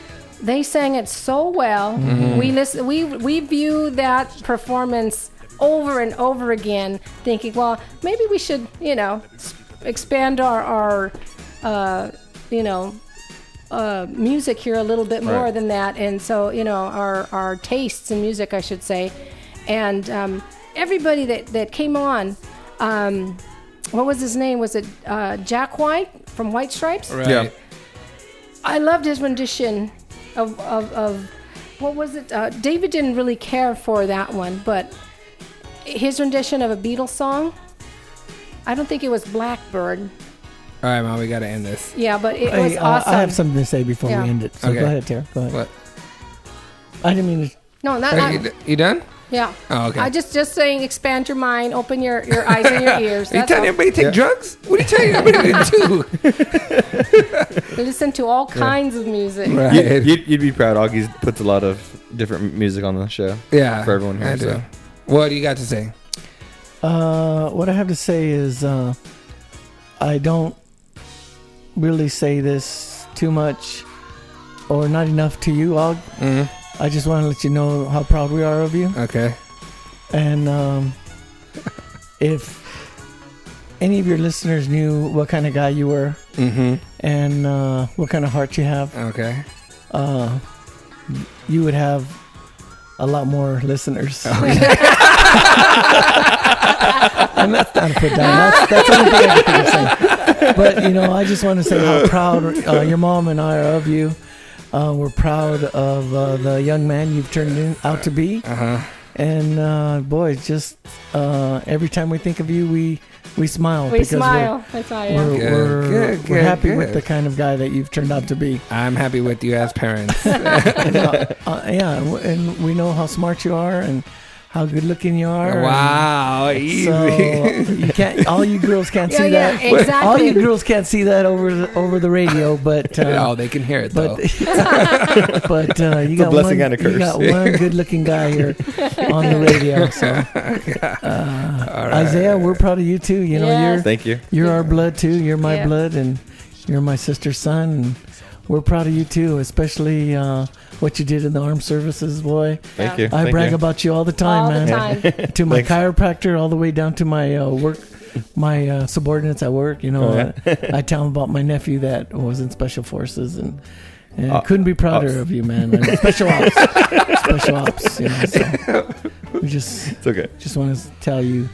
They sang it so well.
Mm-hmm.
We listen, we we view that performance over and over again thinking, well, maybe we should, you know, s- expand our our uh, you know, uh, music here a little bit more
Right.
than that, and so you know our our tastes in music, I should say, and um, everybody that that came on, um, what was his name? Was it uh, Jack White from White Stripes?
Right.
Yeah.
I loved his rendition of of, of what was it? Uh, David didn't really care for that one, but his rendition of a Beatles song. I don't think it was Blackbird.
All right, mom, we got to end this.
Yeah, but it
Hey,
was
uh,
awesome.
I have something to say before
Yeah.
we end it. So
Okay.
go ahead, Tara. Go ahead.
What?
I didn't mean to.
no, not,
Are you,
not
d- you done?
Yeah.
Oh, okay.
I just just saying, expand your mind, open your, your eyes and your ears.
Are you
That's all.
telling everybody to take drugs? What are you telling everybody to do?
Listen to all kinds of music.
You, you'd, you'd be proud. Augie's puts a lot of different music on the show.
Yeah.
for everyone here.
I do.
so.
What do you got to say?
Uh, what I have to say is, uh, I don't really say this too much or not enough to you, Og.
Mhm.
Mm-hmm.
I just want to let you know how proud we are of you.
Okay.
And um, if any of your listeners knew what kind of guy you were
Mm-hmm.
and uh, what kind of heart you have,
Okay.
uh, you would have a lot more listeners.
Oh,
and that's not a put down. That's, that's the only thing I can think of saying. But you know, I just want to say how proud uh, your mom and I are of you. Uh, we're proud of uh, the young man you've turned in, out to be.
Uh-huh.
And uh, boy, it's just uh, every time we think of you, we we smile.
We
because we're-
smile. That's all.
We're,
Yeah.
Good,
we're,
good,
we're
good,
happy with
good.
the kind of guy that you've turned out to be.
I'm happy with you as parents.
Uh, yeah, and w- and we know how smart you are and how good looking you are.
wow, easy.
So
uh,
you can't. All you girls can't
Yeah,
see
yeah,
that. All
exactly.
you girls can't see that over the, over the radio, but
oh,
uh,
they can hear it though.
but but uh, you got
blessing
one,
and a curse.
You got one good looking guy here on the radio. So uh,
All right.
Isaiah, we're proud of you too. You know
Yes.
Thank you.
you're you're our blood too. You're my
Yeah.
blood, and you're my sister's son. And we're proud of you too, especially uh, what you did in the armed services, boy.
Thank you.
I
Thank
brag
you.
about you all the time,
All
man.
the time.
to my
Thanks.
chiropractor all the way down to my uh, work my uh, subordinates at work you know
Oh,
I, I tell them about my nephew that was in special forces and and
Uh,
couldn't be prouder
ops.
of you man And special ops special ops you know so we just
It's okay.
just want to tell you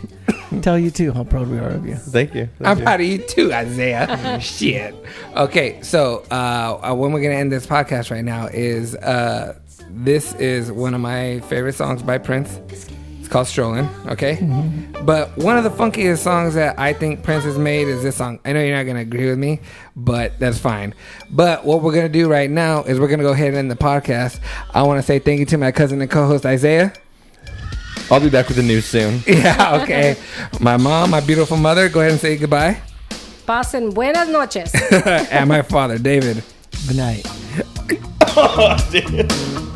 tell you too how proud we are of you
Thank you. Thank
I'm
you.
proud of you too, Isaiah. Shit. Okay, so uh, uh, when we're gonna end this podcast right now is uh, this is one of my favorite songs by Prince. It's called Strolling. Okay,
Mm-hmm.
but one of the funkiest songs that I think Prince has made is this song. I know you're not gonna agree with me, but that's fine. But what we're gonna do right now is we're gonna go ahead and end the podcast. I want to say thank you to my cousin and co-host Isaiah.
I'll be back with the news soon.
Yeah. Okay. my mom, my beautiful mother. Go ahead and say goodbye.
Pasen buenas noches.
and my father, David.
good night
oh, dude.